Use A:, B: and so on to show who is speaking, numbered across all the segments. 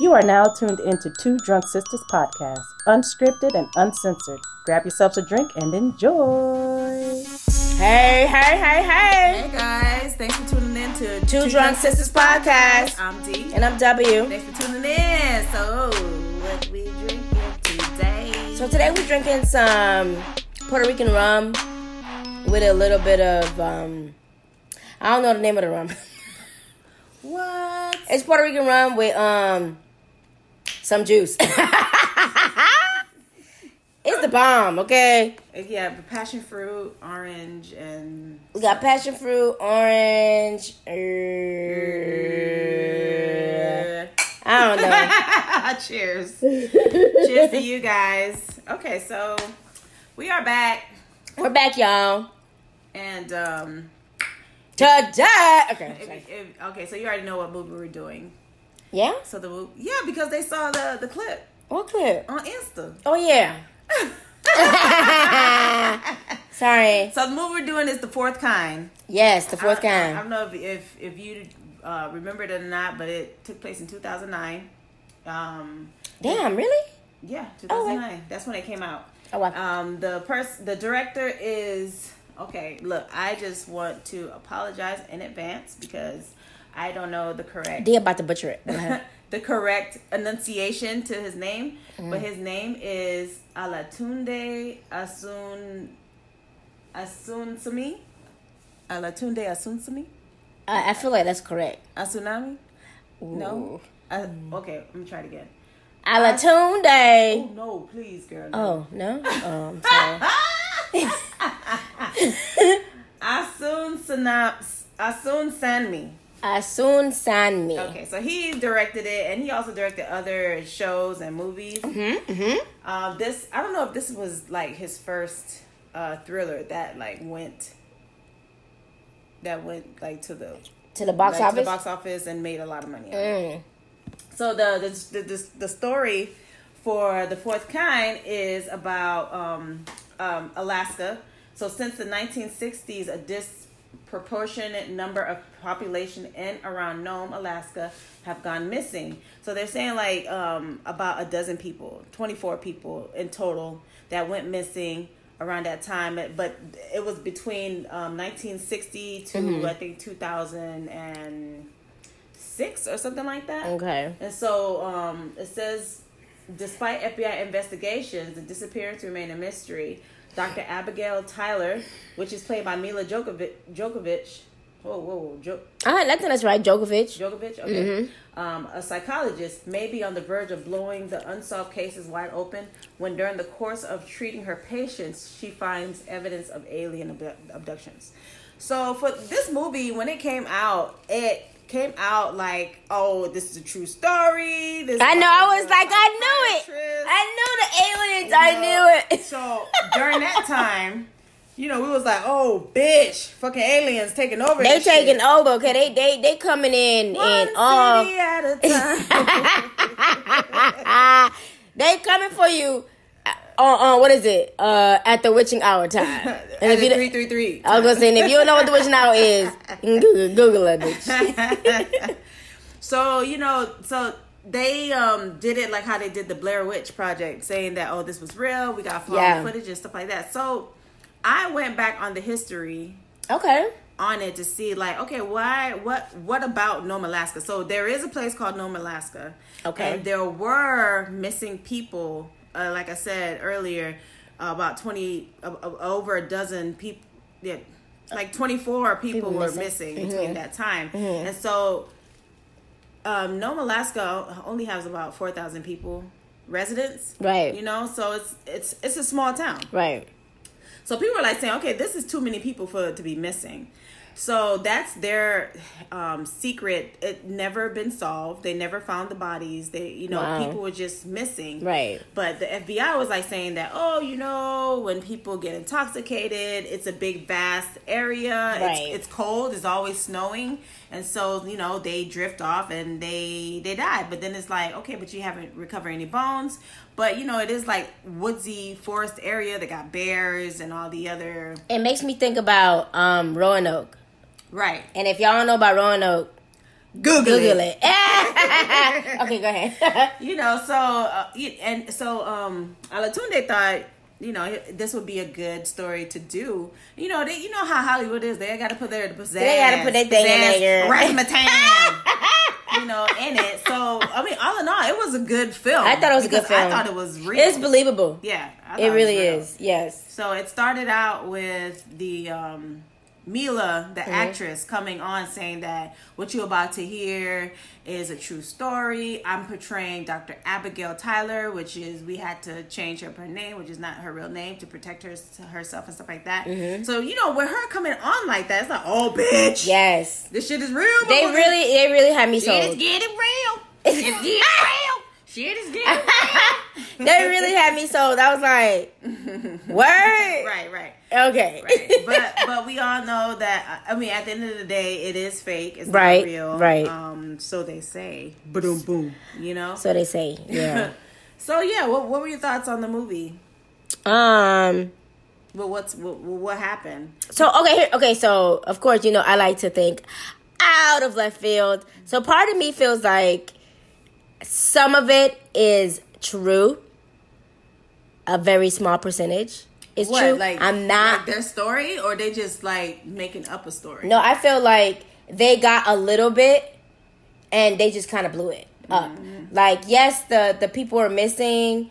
A: You are now tuned into Two Drunk Sisters podcast, unscripted and uncensored. Grab yourselves a drink and enjoy. Hey, hey, hey, hey.
B: Hey guys, thanks for tuning in to
A: Two Drunk Sisters Podcast.
B: I'm D.
A: And I'm W.
B: Thanks for tuning in. So, what we drinking today?
A: So today we're drinking some Puerto Rican rum with a little bit of um I don't know the name of the rum.
B: what?
A: It's Puerto Rican rum with um some juice. it's the bomb, okay?
B: Uh, Yeah, but passion fruit, orange, and
A: We got passion fruit, orange. er, I don't know.
B: cheers. cheers to you guys. Okay, so we are back,
A: We're back, y'all.
B: and um,
A: Today. Okay.
B: if,
A: sorry.
B: if, okay, so you already know what movie we're doing.
A: Yeah.
B: So the mo- yeah, because they saw the the clip
A: What clip?
B: on Insta.
A: Oh yeah. Sorry.
B: So the movie we're doing is the fourth kind.
A: Yes, the fourth
B: I- I, I
A: kind.
B: don't know if if, if you uh, remember it or not, but it took place in 2009. Um,
A: Damn, really?
B: yeah, 2009. That's when it came out.
A: Oh wow.
B: Um, the pers- the director is okay. Look, I just want to apologize in advance because I don't know the correct
A: They about to butcher it. Uh-huh.
B: the correct enunciation to his name,
A: Mm.
B: but his name is Alatunde Asun Asunsumi. Alatunde Asunsumi.
A: I, I feel like that's correct.
B: A tsunami?
A: Ooh.
B: No. Uh, okay, let me try it again. Uh-huh.
A: Alatunde.
B: Oh no, please, girl. No.
A: Oh no. Oh, I'm sorry.
B: Asun Sanaps. Asun Sanmi.
A: Asun Sanmi.
B: Okay, so he directed it, and he also directed other shows and movies.
A: Mm-hmm. mm-hmm.
B: Uh, this I don't know if this was like his first uh, thriller that like went that went like to the
A: To the box
B: like, to
A: office.
B: the box office and made a lot of money.
A: Mm.
B: So the the, the the the story for the fourth kind is about um, um, Alaska. So since the 1960s, a disproportionate number of population in around Nome, Alaska, have gone missing. So they're saying like um, about a dozen people, 24 people in total that went missing around that time. But it was between um, 1960 to I think 2006 or something like that.
A: Okay.
B: And so um, it says, despite FBI investigations, the disappearance remain a mystery. Dr. Abigail Tyler, which is played by Mila Djokovic, Djokovic whoa, whoa, whoa, Jo-
A: I I think that's right, Djokovic.
B: Djokovic, okay,
A: Mm-hmm.
B: um, a psychologist may be on the verge of blowing the unsolved cases wide open when, during the course of treating her patients, she finds evidence of alien abdu- abductions. So, for this movie, when it came out, it came out like, oh, this is a true story. This
A: I know. I was like, I knew it. I knew the aliens. I knew it.
B: So during that time, you know, we was like, oh, bitch, fucking aliens taking over.
A: They
B: this shit.
A: taking over. Okay, they they they coming in
B: One
A: and um, all.
B: city at a time.
A: they coming for you. uh, On uh, what is it? Uh, at the witching hour time. And
B: At
A: if
B: the
A: you,
B: three,
A: don't-
B: three, three.
A: I was gonna say, and if you don't know what the witching hour is, you can Google, Google it, bitch.
B: So you know, so they um did it like how they did the Blair Witch Project, saying that oh this was real, we got flawed
A: Yeah.
B: footage and stuff like that. So I went back on the history
A: Okay.
B: on it to see like okay why what what about Nome Alaska? So there is a place called Nome Alaska.
A: Okay.
B: And there were missing people, uh, like I said earlier, about twenty uh, over a dozen people. Yeah, like twenty four people, were
A: missing.
B: missing, between that time, and so um, Nome, Alaska only has about four thousand people residents.
A: Right.
B: You know, so it's it's it's a small town.
A: Right.
B: So people are like saying, okay, this is too many people for it to be missing. So that's their um, secret. It never been solved. They never found the bodies. They, you know,
A: Wow.
B: people were just missing.
A: Right.
B: But the FBI was like saying that, oh, you know, when people get intoxicated, it's a big, vast area.
A: Right.
B: It's, it's cold. It's always snowing, and so you know they drift off and they they die. But then it's like, okay, but you haven't recovered any bones. But you know, it is like woodsy forest area that got bears and all the other
A: It makes me think about um Roanoke.
B: right.
A: And if y'all don't know about Roanoke,
B: Google,
A: Google it. okay, go ahead.
B: you know, so uh, y- and so um, Alatunde thought, you know, this would be a good story to do. You know, they, you know how Hollywood is. They got to put their pizzazz,
A: They gotta put their thing in there.
B: razzmatazz, you know, in it. So I mean, all in all, it was a good film.
A: I thought it was a good
B: because I
A: film.
B: thought it was real.
A: it's believable.
B: yeah, I thought
A: it
B: was
A: really
B: real.
A: is. Yes.
B: So it started out with the um, Mila, the actress, coming on saying that what you're about to hear is a true story. I'm portraying Dr. Abigail Tyler, which is we had to change her, her name, which is not her real name, to protect her herself and stuff like that.
A: Mm-hmm.
B: So you know, with her coming on like that, it's like, oh, bitch,
A: Yes.
B: this shit is real.
A: They
B: motherfucker.
A: really, they really had me
B: shit is
A: sold.
B: getting real. It's getting real. Shit is getting real.
A: They really had me sold. I was like, word.
B: right, right.
A: Okay.
B: right. But but we all know that I mean at the end of the day it is fake. It's
A: Right,
B: not real.
A: right.
B: Um so they say. Boom boom. You know? So,
A: so they say. Yeah.
B: yeah, what what were your thoughts on the movie?
A: um.
B: Well what's what, what happened?
A: So okay, here, okay. So of course, you know I like to think out of left field. So part of me feels like some of it is true. A very small percentage is
B: What
A: true.
B: like
A: I'm not
B: like their story or they just like making up a story?
A: No, I feel like they got a little bit and they just kind of blew it up. Like, yes, the the people are missing.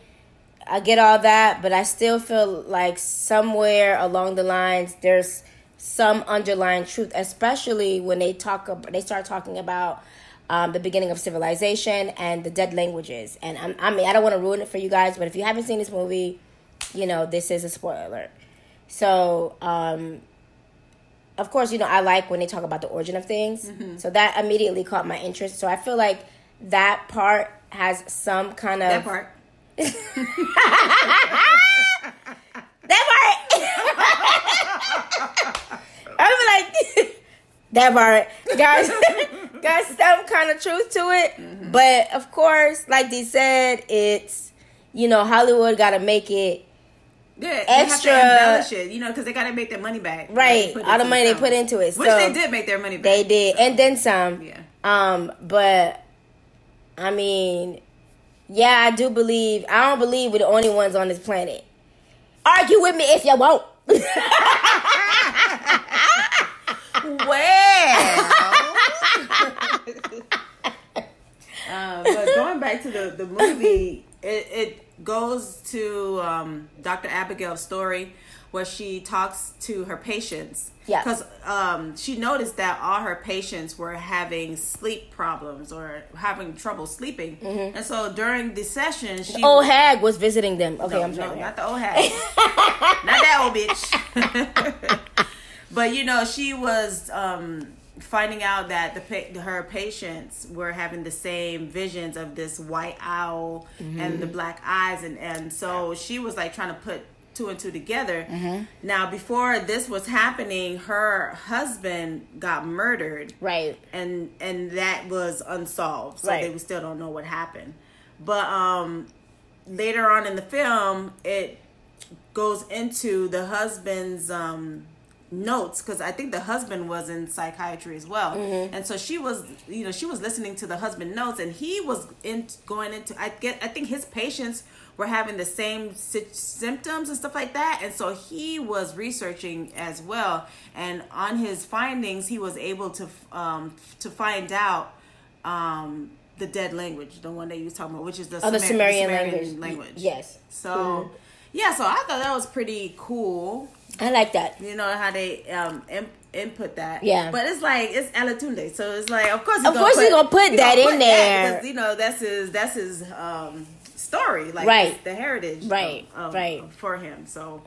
A: I get all that, but I still feel like somewhere along the lines there's some underlying truth, especially when they talk ab- they start talking about um, the beginning of civilization and the dead languages. And I'm, I mean, I don't want to ruin it for you guys, but if you haven't seen this movie, you know this is a spoiler alert. So, um, of course, you know, I like when they talk about the origin of things.
B: Mm-hmm.
A: So that immediately caught my interest. So I feel like that part has some kind of
B: That part.
A: that part. I was like, that part got got some kind of truth to it,
B: Mm-hmm.
A: but of course, like they said, it's you know Hollywood got to make it
B: Yeah,
A: Extra-
B: they have to embellish it, you know, because they gotta make their money back.
A: Right,
B: They put
A: all the
B: into
A: money they
B: film.
A: put into it,
B: Which
A: so-
B: they did make their money back.
A: they did, and then some.
B: Yeah.
A: Um, but I mean, yeah, I do believe. I don't believe we're the only ones on this planet. Argue with me if you won't.
B: Well. uh, but going back to the, the movie, it, it goes to um, Dr. Abigail's story where she talks to her patients.
A: Yeah.
B: Because um, she noticed that all her patients were having sleep problems or having trouble sleeping. And so during the session, she.
A: Old hag was visiting them. Okay,
B: No,
A: I'm
B: no,
A: sorry.
B: not the old hat. not that old bitch. but you know, she was um, finding out that the pa- her patients were having the same visions of this white owl and the black eyes, and and so she was like trying to put two and two together. Now, before this was happening, her husband got murdered
A: Right.
B: and and that was unsolved so
A: Right.
B: they still don't know what happened but um later on in the film it goes into the husband's um notes because i think the husband was in psychiatry as well
A: Mm-hmm.
B: and so she was you know she was listening to the husband notes and he was in going into i get i think his patients were having the same sy- symptoms and stuff like that and so he was researching as well and on his findings he was able to f- um to find out um the dead language the one that you was talking about which is the,
A: Oh, the
B: Sumer-
A: Sumerian language. Yes.
B: so yeah, so I thought that was pretty cool.
A: I like that.
B: You know how they um imp- input that.
A: Yeah.
B: But it's like it's Alatunde, so it's like of course he's
A: Of course he's gonna put
B: he's
A: that in there.
B: because you know that's his that's his um story like
A: Right.
B: it's the heritage of-
A: Right,
B: of-
A: right.
B: of- for him. So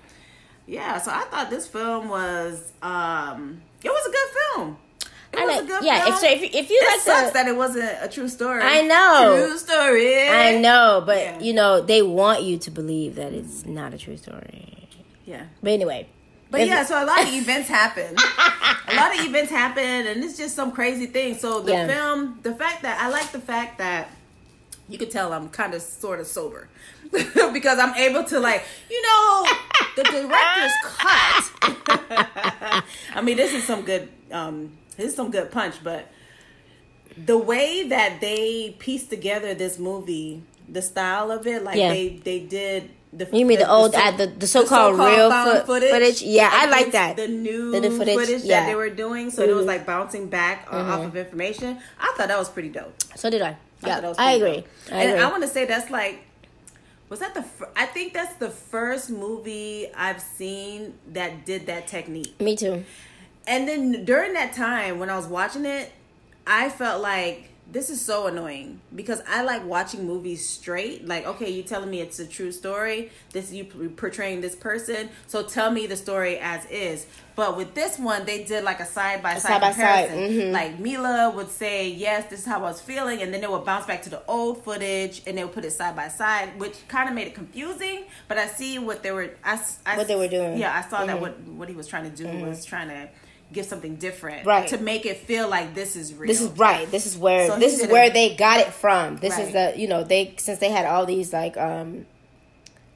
B: yeah, so I thought this film was um it was a good film. It
A: I
B: was
A: like,
B: a good
A: yeah.
B: film.
A: If, so if, you- if you
B: it
A: like
B: sucks
A: the,
B: that it wasn't a true story.
A: I know.
B: True story.
A: I know, but
B: Yeah.
A: you know they want you to believe that it's not a true story.
B: Yeah.
A: But anyway,
B: But
A: if-
B: yeah, so a lot of events happen. a lot of events happen, and it's just some crazy thing. So the
A: Yeah.
B: film, the fact that I like the fact that you could tell I'm kind of sort of sober because I'm able to like you know the director's cut. I mean, this is some good. um This is some good punch, but the way that they pieced together this movie, the style of it, like
A: Yeah.
B: they they did. The,
A: You mean the old- uh, the- the so-called real
B: found
A: foot- footage? Yeah, I like
B: against
A: that.
B: The new
A: The new
B: footage,
A: footage,
B: that
A: yeah. Mm-hmm.
B: they were doing, so it was like bouncing back uh, off of information. I thought that was pretty dope.
A: So did I.
B: I thought that
A: Yeah,
B: was
A: I
B: pretty
A: agree.
B: dope.
A: I
B: and
A: agree.
B: I want to say that's like, was that the? Fir- I think that's the first movie I've seen that did that technique.
A: Me too.
B: And then during that time when I was watching it, I felt like this is so annoying because I like watching movies straight. Like, okay, you're telling me it's a true story. This you p- portraying this person, so tell me the story as is. But with this one, they did like a side by side
A: side-by-side,
B: comparison. Like Mila would say, "Yes, this is how I was feeling," and then they would bounce back to the old footage and they would put it side by side, which kind of made it confusing. But I see what they were. I, s- I
A: What they were
B: s-
A: doing.
B: Yeah, I saw
A: Mm-hmm.
B: that what what he was trying to do was trying to give something different,
A: Right.
B: To make it feel like this is real.
A: This is right. This is where
B: So he
A: this is
B: did
A: where
B: it-
A: they got it from. This is
B: Right.
A: the you know they since they had all these like um.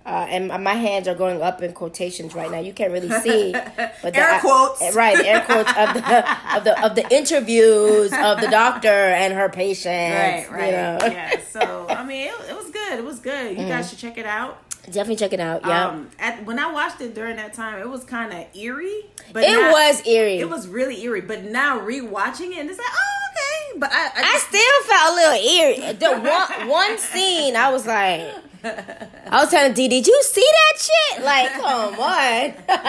A: Uh, and my hands are going up in quotations right now. You can't really see, but eh,
B: Air quotes.
A: right? the Air quotes of the of the of the interviews of the doctor and her
B: right,
A: patients.
B: right.
A: You know?
B: Yeah. So I mean, it, it was good. It was good. You
A: Mm-hmm.
B: guys should check it out.
A: Definitely check it out. Yeah,
B: Um, at, when I watched it during that time, it was kind of eerie. But
A: it
B: now-
A: was eerie.
B: It was really eerie. But now rewatching it, and it's like, oh okay. But I, I,
A: I
B: just-
A: still felt a little eerie. The one one scene, I was like, I was telling D, did you see that shit? Like, come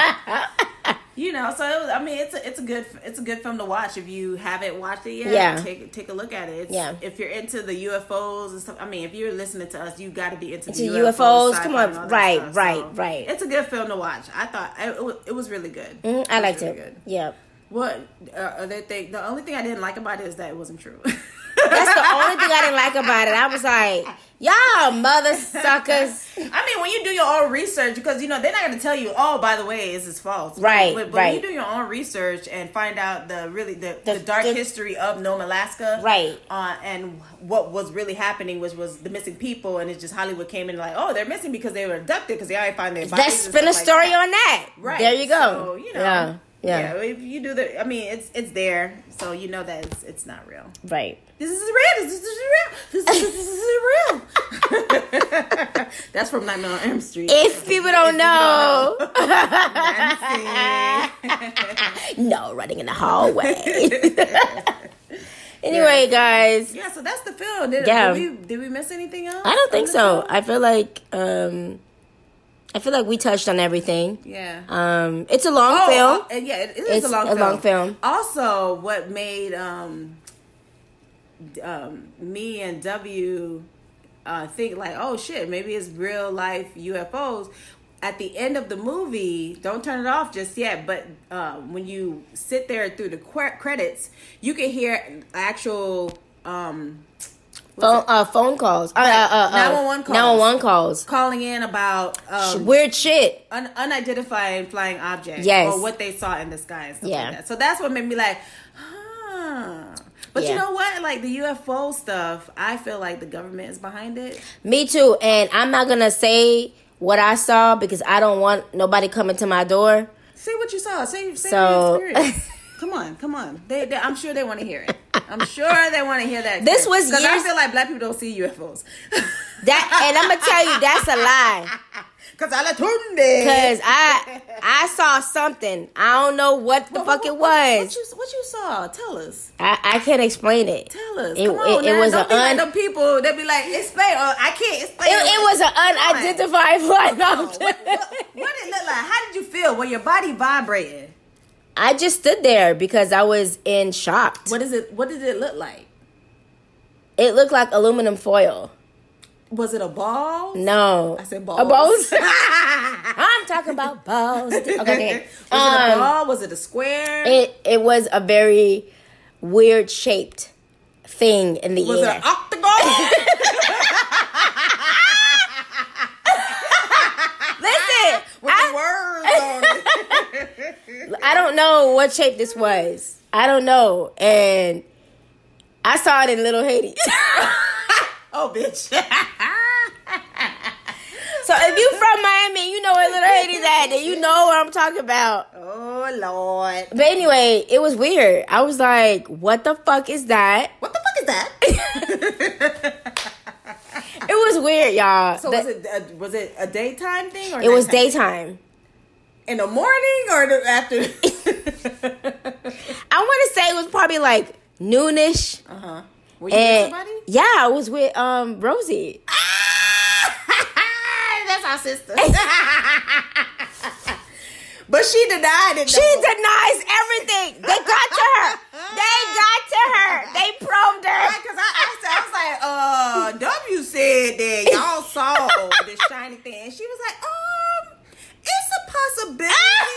A: on.
B: you know. So it was, I mean, it's a, it's a good it's a good film to watch if you haven't watched it yet.
A: Yeah.
B: Take take a look at it. It's,
A: Yeah.
B: If you're into the UFOs and stuff, I mean, if you're listening to us, you got to be into,
A: Into
B: the
A: UFOs,
B: UFOs.
A: come
B: sci-fi,
A: on,
B: and all that
A: right,
B: stuff.
A: right,
B: So
A: right.
B: It's a good film to watch. I thought I, it, was, it was really good.
A: Mm, I
B: was
A: liked
B: really
A: it.
B: good.
A: Yeah.
B: What uh, other thing? The only thing I didn't like about it is that it wasn't true.
A: That's the only thing I didn't like about it. I was like, y'all mother suckers.
B: I mean, when you do your own research, because you know they're not going to tell you, oh, by the way, this is false,
A: Right,
B: But, but
A: right.
B: when you do your own research and find out the really the, the,
A: The-
B: dark
A: the-
B: history of Nome, Alaska,
A: Right.
B: uh, and what was really happening, which was the missing people, and it's just Hollywood came in like, oh, they're missing because they were abducted because they already found their bodies.
A: Let's
B: and
A: spin a
B: stuff like
A: story
B: that.
A: on that.
B: Right.
A: There you
B: So,
A: go.
B: you know.
A: Yeah. Yeah.
B: If you do the, I mean, it's it's there, so you know that it's it's not real.
A: Right.
B: This is real. This is real. This is, this is real. That's from Nightmare on Elm Street.
A: If people don't know, no running in the hallway. anyway, guys,
B: yeah, so that's the film. Did,
A: Yeah.
B: did we did we miss anything else?
A: I don't think
B: on the
A: so.
B: film?
A: I feel like um I feel like we touched on everything.
B: Yeah.
A: Um it's a long
B: Oh,
A: film.
B: uh, and yeah, it, it is
A: It's
B: a long
A: a
B: film.
A: long film.
B: Also, what made um, d- um, me and W uh, think like, oh shit, maybe it's real life UFOs. At the end of the movie, don't turn it off just yet. But uh, when you sit there through the qu- credits, you can hear actual um,
A: phone uh phone calls. Uh, uh, uh, uh,
B: 911 calls.
A: 911 calls.
B: calling in about um,
A: Weird shit.
B: un- unidentified flying objects
A: Yes.
B: or what they saw in the sky and stuff
A: Yeah.
B: like that. So that's what made me like, huh. But you
A: Yeah.
B: know what? Like the UFO stuff, I feel like the government is behind it.
A: Me too. And I'm not going to say what I saw because I don't want nobody coming to my door.
B: Say what you saw. Say, say
A: So-
B: your experience. Come on, come on. They, they, I'm sure they want to hear it. I'm sure they want to hear that.
A: This was
B: because I
A: years-
B: feel like black people don't see UFOs.
A: That and I'm going to tell you that's a lie.
B: Because I tunde.
A: Cause I I saw something. I don't know what the fuck it was.
B: What you, what you saw? Tell us.
A: I, I can't explain it.
B: Tell us.
A: It,
B: Come on,
A: it, it
B: now.
A: was
B: Don't be
A: an
B: like
A: un,
B: them people. They be like, explain. Or I can't explain.
A: It, it was an unidentified
B: What,
A: flying
B: what,
A: object.
B: what did it look like? How did you feel? Was your body vibrating?
A: I just stood there because I was in shock.
B: What is it? What did it look like?
A: It looked like aluminum foil.
B: Was it a ball?
A: No,
B: I said balls.
A: A balls.
B: was it
A: I'm talking about balls. Okay, okay.
B: a
A: Um,
B: ball? Was it a square?
A: it it was a very weird shaped thing in the
B: was it
A: air.
B: an octagon?
A: Listen,
B: With the words on it.
A: I don't know what shape this was. I don't know, and I saw it in Little Haiti.
B: Oh, bitch.
A: so if you from Miami, you know where Little Haiti's at, then you know what I'm talking about.
B: oh, Lord.
A: But anyway, it was weird. I was like, what the fuck is that?
B: What the fuck is that?
A: It was weird, y'all.
B: so
A: The-
B: was it a, was it a daytime thing or
A: it was
B: nighttime?
A: daytime.
B: in the morning or the after?
A: I want to say it was probably like noonish.
B: uh huh. Were you with
A: And
B: somebody?
A: yeah, I was with um Rosie.
B: That's our sister. but she denied it.
A: Eh. She
B: though.
A: denies everything. They got to her. They got to her. They probed her.
B: Because I asked her, I was like, uh, W said that y'all saw this shiny thing. And she was like, um, it's a possibility.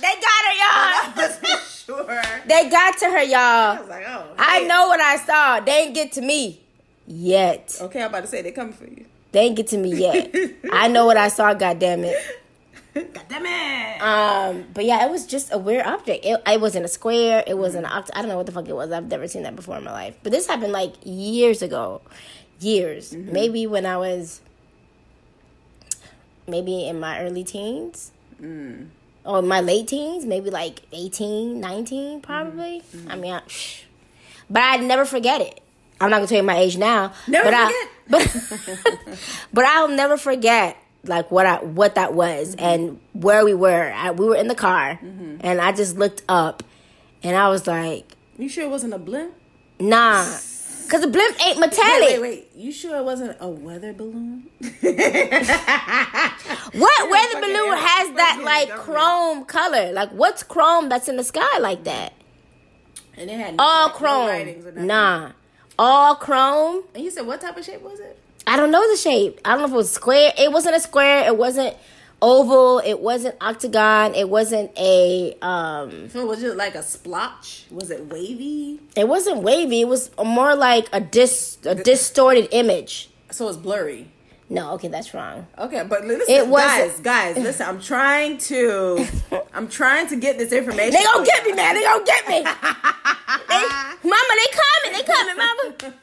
A: They got her, y'all.
B: I wasn't sure.
A: They got to her,
B: I
A: y'all.
B: was like, oh.
A: I
B: hey.
A: know what I saw. They ain't get to me yet.
B: Okay, I'm about to say they coming for you.
A: They ain't get to me yet. I know what I saw. God damn it.
B: God damn it.
A: Um, but yeah, it was just a weird object. It, it wasn't a square. It wasn't an oct- I don't know what the fuck it was. I've never seen that before in my life. But this happened like years ago, years. Maybe when I was, maybe in my early teens, or my late teens. Maybe like 18,
B: Mm-hmm.
A: 19 probably. I mean, I, but I never forget it. I'm not gonna tell you my age now.
B: Never
A: but I,
B: forget.
A: but, but I'll never forget like what I what that was
B: Mm-hmm.
A: and where we were. I, we were in the car, and I just looked up, and I was like,
B: you sure it wasn't a blimp?
A: nah, because the blimp ain't metallic.
B: Wait, wait, wait. You sure it wasn't a weather balloon?
A: What where the
B: fucking
A: balloon
B: air-
A: has that
B: fucking
A: like
B: government.
A: chrome color? Like what's chrome that's in the sky like that?
B: And it had
A: All
B: no writings or
A: chrome,
B: nothing.
A: nah, all chrome.
B: And you said what type of shape was it?
A: I don't know the shape. I don't know if it was square. It wasn't a square. It wasn't oval. It wasn't octagon. It wasn't a. um
B: If it was just like a splotch, was it wavy?
A: It wasn't wavy. It was more like a dis a distorted image.
B: So it's blurry.
A: No, okay, that's wrong.
B: Okay, but listen,
A: It was-
B: guys, guys, listen. I'm trying to, I'm trying to get this information.
A: They gonna get me, man. They gonna get me. They, mama, they coming. They coming,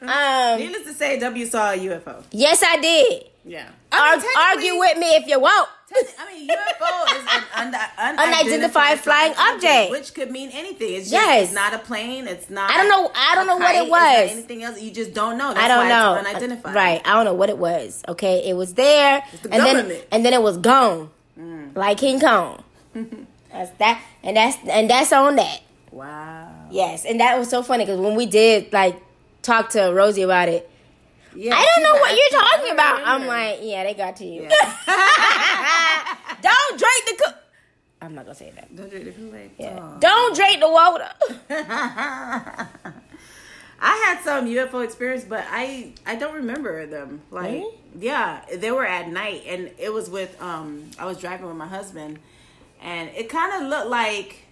A: mama. Um.
B: Needless to say, W saw a UFO.
A: Yes, I did.
B: Yeah.
A: Ar- argue with me if you want.
B: I mean, UFO is an un-
A: Unidentified flying object.
B: which could mean anything. It's just,
A: Yes.
B: it's not a plane. It's not.
A: I don't know. I don't
B: a
A: know what
B: kite,
A: it
B: it's not
A: was.
B: anything else? You just don't know. That's
A: I
B: why
A: don't know.
B: It's unidentified.
A: Right. I don't know what it was. Okay. It was there.
B: the
A: and then
B: government.
A: and then it was gone. Like King Kong. that's that and that's and that's on that.
B: Wow.
A: Yes. And that was so funny because when we did like talk to Rosie about it,
B: Yeah.
A: I don't
B: she's
A: know
B: like,
A: what
B: I
A: you're
B: can't
A: talking about. I'm
B: remember.
A: like, yeah, they got to you.
B: Yeah.
A: don't drink the co- I'm not gonna say that.
B: Don't drink the Kool-Aid.
A: Yeah.
B: Aw.
A: Don't drink the water.
B: I had some UFO experience, but I I don't remember them. Like,
A: Really?
B: yeah, they were at night, and it was with um I was driving with my husband, and it kind of looked like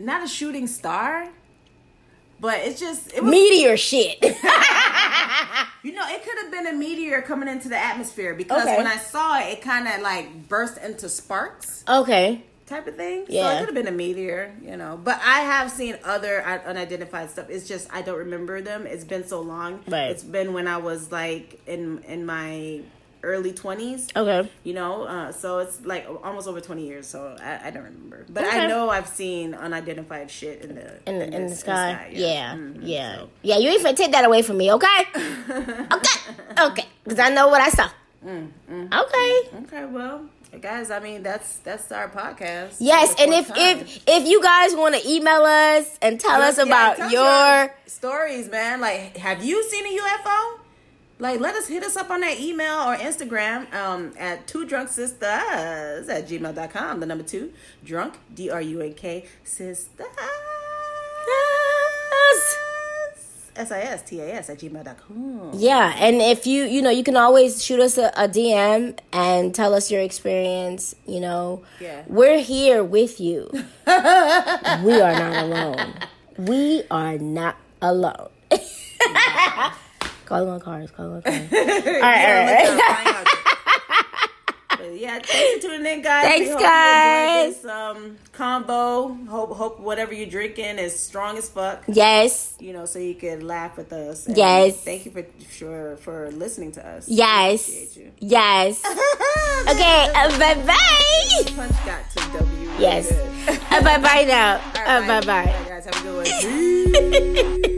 B: not a shooting star, but it's just it was
A: Meteor shit.
B: you know it could have been a meteor coming into the atmosphere because
A: Okay.
B: when I saw it, it kind of like burst into sparks.
A: okay.
B: type of thing. So
A: Yeah.
B: it could have been a meteor, you know. But I have seen other uh, unidentified stuff. It's just I don't remember them. It's been so long.
A: Right.
B: It's been when I was like in in my early twenties.
A: Okay.
B: You know, uh, so it's like almost over twenty years. So I, I don't remember, but I
A: Okay.
B: know I've seen unidentified shit in the
A: in the, in the
B: this-
A: sky. Yeah, Mm-hmm. yeah,
B: Mhm,
A: yeah.
B: so.
A: You ain't finna take that away from me, okay? okay, okay. Because I know what I saw. Mm-hmm. okay.
B: Okay, well, guys, I mean that's that's our podcast.
A: Yes,
B: It's
A: and
B: the
A: if
B: fourth time.
A: if if you guys want to email us and tell us
B: Yeah,
A: about
B: tell us
A: your
B: stories, man. Like, have you seen a UFO? Like, let us hit us up on that email or Instagram um, at two drunk sisters at gmail.com. The number two, drunk, D R U N K, sisters, S I S T A S at gmail.com.
A: yeah, and if you you know you can always shoot us a, a DM and tell us your experience. You know,
B: Yeah.
A: we're here with you. we are not alone. We are not alone. Calling on cars. Calling on cars.
B: All
A: right, all
B: But yeah, thanks for tuning in, guys.
A: Thanks,
B: We hope you
A: guys.
B: enjoyed This um, combo. Hope hope whatever you're drinking is strong as fuck.
A: Yes.
B: you know, so you could laugh with us. And
A: Yes.
B: Thank you for sure for listening to us.
A: Yes.
B: Appreciate you.
A: Yes. Okay. Uh, bye bye.
B: Punch got to W.
A: Yes.
B: Good.
A: Uh, bye bye now.
B: All
A: Uh,
B: right,
A: bye bye.
B: Guys, have a good one.
A: bye.